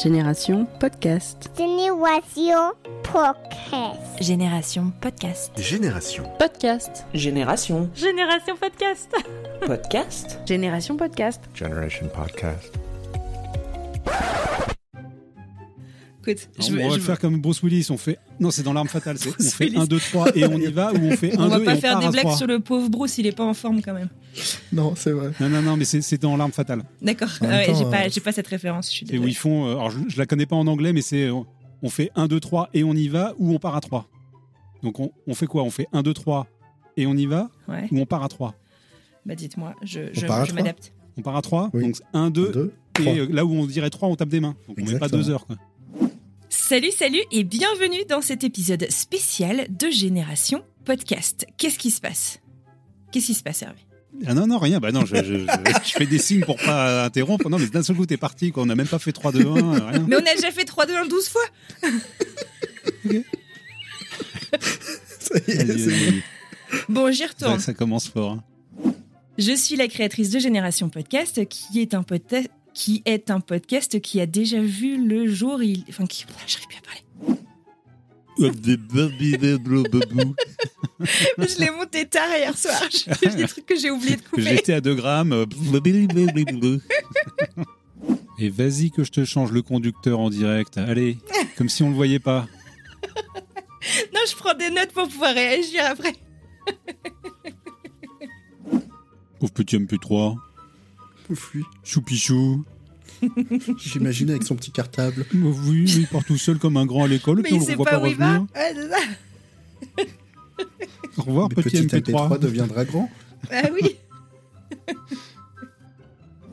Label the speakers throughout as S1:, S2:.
S1: Génération Podcast.
S2: Génération Podcast.
S3: Génération Podcast.
S4: Génération.
S1: Podcast.
S5: Génération.
S3: Génération Podcast.
S5: Podcast.
S1: Génération Podcast.
S4: Generation Podcast.
S1: Écoute,
S6: Non, on va le faire comme Bruce Willis, on fait. Non, c'est dans l'arme fatale. c'est- On fait 1, 2, 3 et on y va, ou on fait 1, 2 et
S7: On va pas
S6: on
S7: faire
S6: part
S7: des
S6: à
S7: blagues
S6: trois.
S7: sur le pauvre Bruce, il est pas en forme quand même.
S4: Non, c'est vrai.
S6: Non, non, non, mais c'est c'est dans l'arme fatale.
S7: D'accord.
S4: En même
S7: Ah ouais,
S4: temps,
S7: j'ai
S4: euh,
S7: pas, j'ai pas cette référence, je suis
S6: Et
S7: désolée.
S6: où ils font. euh, alors, je, je la connais pas en anglais, mais c'est. euh, On fait 1, 2, 3 et on y va, ou on part à 3. Donc, on, on fait quoi On fait 1, 2, 3 et on y va,
S7: Ouais.
S6: ou on part à 3
S7: Bah dites-moi, je, je,
S4: part à
S7: je
S4: trois
S7: m'adapte.
S6: On part à 3,
S4: Oui.
S6: donc 1, 2,
S4: Deux.
S6: et
S4: trois.
S6: euh, là où on dirait 3, on tape des mains. Donc, on met pas
S4: Exactement.
S6: 2 heures. quoi.
S7: Salut, salut et bienvenue dans cet épisode spécial de Génération Podcast. Qu'est-ce qui se passe Qu'est-ce qui se passe, Hervé
S6: Ah non, non, rien. Bah non, je, je- je- je fais des signes pour pas interrompre. Non, mais d'un seul coup, t'es parti. Quoi. On n'a même pas fait 3, 2, 1, euh, rien.
S7: Mais on a déjà fait 3, 2, 1, 12 fois
S4: Ça y est,
S6: Vas-y,
S4: c'est
S6: vas-y.
S7: Bon, j'y
S6: C'est vrai
S7: retourne.
S6: que ça commence fort. hein.
S7: Je suis la créatrice de Génération Podcast, qui est un podcast qui est un podcast qui a déjà vu le jour. Il... Enfin, qui... Oula, J'arrive plus à parler. Je l'ai monté tard hier soir. J'ai des trucs que j'ai oublié de couper.
S6: J'étais à 2 grammes. euh, Et vas-y que je te change le conducteur en direct. Allez, comme si on le voyait pas.
S7: Non, je prends des notes pour pouvoir réagir après.
S6: Pauvre petit MP3.
S4: Pouf, lui.
S6: Choupichou.
S4: J'imagine avec son petit cartable.
S6: Oui, mais il part tout seul comme un grand à l'école. et
S7: Mais
S6: puis on
S7: il
S6: le
S7: sait
S6: voit
S7: pas,
S6: pas
S7: où il va.
S6: revenir.
S7: Ouais, c'est ça.
S6: Au revoir,
S4: Mais
S6: petit MP3.
S4: deviendra grand.
S7: Ah oui.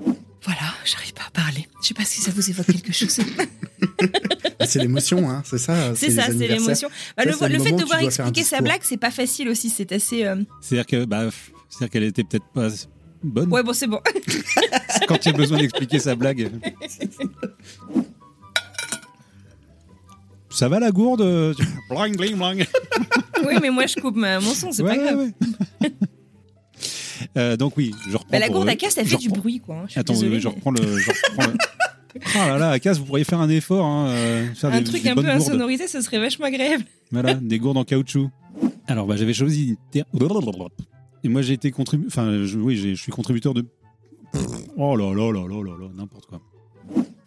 S7: voilà, j'arrive pas à parler. Je sais pas si ça vous évoque quelque chose.
S4: Ah, c'est l'émotion, hein. C'est ça.
S7: c'est
S4: les
S7: ça, c'est
S4: anniversaires.
S7: l'émotion. Bah,
S4: Ça,
S7: le
S4: c'est le
S7: le fait
S4: moment
S7: de
S4: où tu
S7: devoir
S4: dois faire un
S7: expliquer sa
S4: discours.
S7: blague, c'est pas facile aussi. C'est assez. euh,
S6: C'est-à-dire que, bah, pff, c'est-à-dire qu'elle était peut-être pas bonne
S7: Ouais, bon, c'est bon.
S6: quand il y a besoin d'expliquer sa blague. Ça va la gourde Bling, bling, bling.
S7: oui, mais moi, je coupe ma- mon son, c'est
S6: Ouais,
S7: pas grave.
S6: ouais, ouais. Euh, donc oui, je reprends.
S7: Bah, la
S6: pour,
S7: gourde
S6: euh,
S7: à casse, elle
S6: je
S7: fait du
S6: reprends-
S7: bruit, quoi. hein. Je suis
S6: Attends,
S7: désolée,
S6: je
S7: mais-
S6: reprends le. Je reprends le... Ah là là, à casse, vous pourriez faire un effort. Hein, euh, faire
S7: Un
S6: des-
S7: truc
S6: des
S7: un
S6: bonnes
S7: peu
S6: gourdes.
S7: insonorisé, ce serait vachement agréable.
S6: Voilà, des gourdes en caoutchouc. Alors, bah, j'avais choisi. ter- Et moi, j'ai été contribu... Enfin, je- oui, j'ai- je suis contributeur de. Oh là là là là là là, n'importe quoi.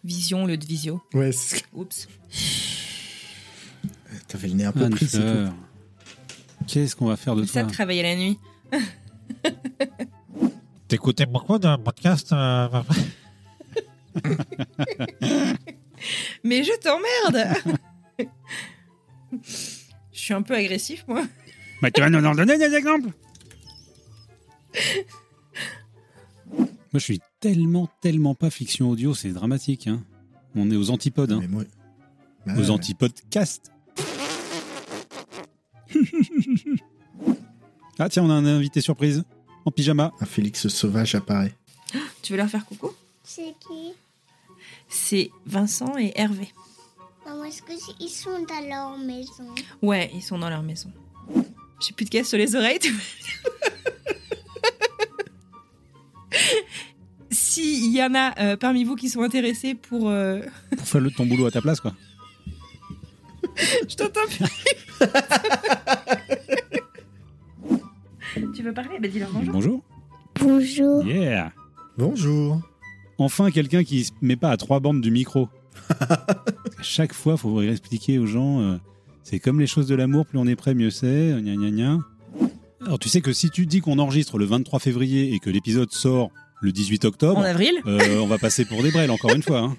S7: Vision, le de visio.
S4: Ouais, c'est ce que-
S7: Oups.
S4: t'avais le nez un
S6: Ah,
S4: peu euh, pris, c'est tout.
S6: Anne-Fleur, Qu'est-ce qu'on va faire de
S7: Ça,
S6: toi
S7: travailler la nuit.
S8: T'écoutais beaucoup de podcasts euh,
S7: Mais je t'emmerde Je suis un peu agressif, moi.
S6: Bah, Tu vas nous en donner des exemples Moi, je suis tellement, tellement pas fiction audio, c'est dramatique. hein. On est aux antipodes. hein.
S4: Mais moi- Ah,
S6: Aux antipodcasts. ah tiens, on a un invité surprise en pyjama.
S4: Un Félix sauvage apparaît.
S7: Tu veux leur faire coucou
S2: C'est qui
S7: C'est Vincent et Hervé.
S2: Maman, est-ce qu'ils sont à leur maison
S7: Ouais, ils sont dans leur maison. J'ai plus de caisse sur les oreilles. tout va bien. S'il y en a euh, parmi vous qui sont intéressés pour... euh,
S6: Pour faire le, ton boulot à ta place, quoi.
S7: Je t'entends plus. tu veux parler Bah dis-leur bonjour.
S6: Bonjour.
S2: Bonjour.
S6: Yeah.
S4: Bonjour.
S6: Enfin, quelqu'un qui se met pas à trois bandes du micro. À Chaque fois, faut expliquer aux gens. euh, c'est comme les choses de l'amour, plus on est prêt, mieux c'est. Gna gna gna. Alors tu sais que si tu dis qu'on enregistre le 23 février et que l'épisode sort le 18 octobre,
S7: En avril
S6: Euh, on va passer pour des brels encore une fois. hein.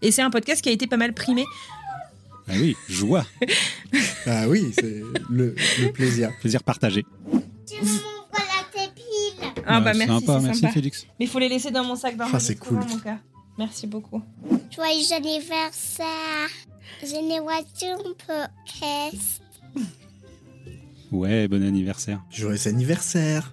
S7: Et c'est un podcast qui a été pas mal primé.
S6: Ah oui, joie,
S4: Ah oui, c'est le, le plaisir.
S6: plaisir partagé.
S2: Tu m'ouvres la tépile.
S7: Ah bah
S6: c'est
S7: merci,
S6: sympa,
S7: c'est
S6: merci
S7: sympa.
S6: Félix.
S7: Mais il faut les laisser dans mon sac d'argent.
S4: Ah, c'est cool.
S7: Mon gars. Merci beaucoup.
S2: Joyeux anniversaire. Génération podcast.
S6: Ouais, bon anniversaire.
S4: Joyeux anniversaire.